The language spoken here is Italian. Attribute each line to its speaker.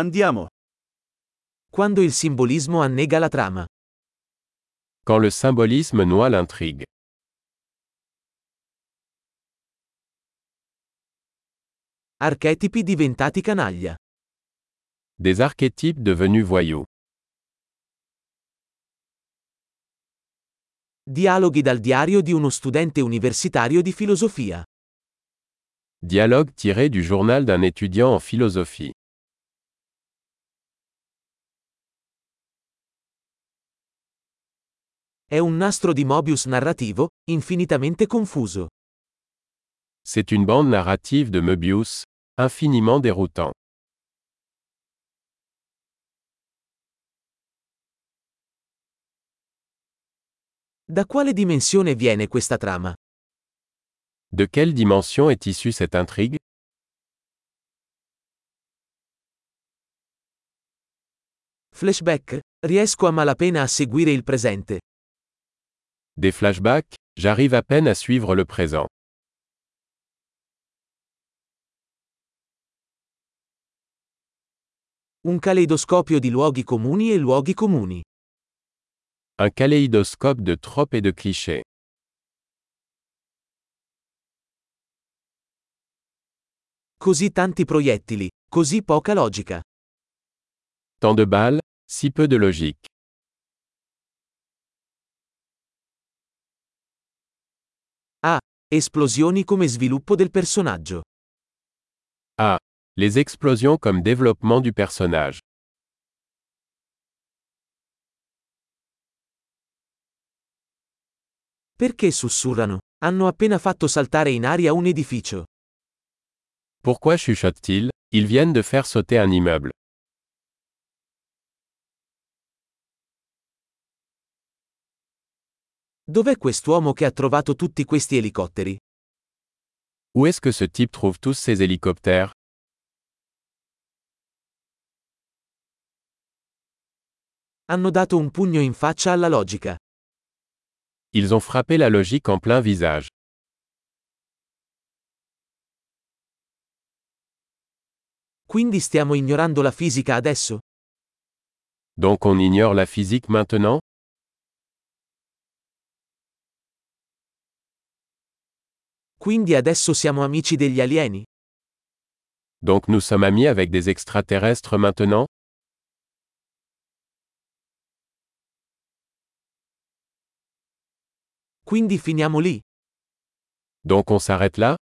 Speaker 1: Andiamo. Quando il simbolismo annega la trama.
Speaker 2: Quand le symbolisme noie l'intrigue.
Speaker 1: Archetipi diventati canaglia.
Speaker 2: Des archétypes devenus voyous.
Speaker 1: Dialoghi dal diario di uno studente universitario di filosofia.
Speaker 2: Dialogue tiré du journal d'un étudiant en philosophie.
Speaker 1: È un nastro di Mobius narrativo, infinitamente confuso.
Speaker 2: C'est une bande narrative de Möbius, infiniment déroutant.
Speaker 1: Da quale dimensione viene questa trama?
Speaker 2: De quelle dimension est issue cette intrigue
Speaker 1: Flashback? Riesco a malapena a seguire il presente.
Speaker 2: Des flashbacks, j'arrive à peine à suivre le présent.
Speaker 1: Un caleidoscopio di luoghi comuni e luoghi comuni.
Speaker 2: Un kaléidoscope de tropes et de clichés.
Speaker 1: Così tanti proiettili, così poca logica.
Speaker 2: Tant de balles, si peu de logique.
Speaker 1: Esplosioni come sviluppo del personaggio.
Speaker 2: Les explosions comme développement du personnage.
Speaker 1: Perché sussurrano? Hanno appena fatto saltare in aria un edificio.
Speaker 2: Pourquoi chuchotent-ils Ils viennent de faire sauter un immeuble.
Speaker 1: Dov'è quest'uomo che ha trovato tutti questi elicotteri?
Speaker 2: Où est-ce que ce type trouve tous ces hélicoptères
Speaker 1: Hanno dato un pugno in faccia alla logica.
Speaker 2: Ils ont frappé la logique en plein visage.
Speaker 1: Quindi stiamo ignorando la fisica adesso?
Speaker 2: Donc on ignore la physique maintenant
Speaker 1: Quindi adesso siamo amici degli alieni?
Speaker 2: Donc nous sommes amis avec des extraterrestres maintenant
Speaker 1: Quindi finiamo lì?
Speaker 2: Donc on s'arrête là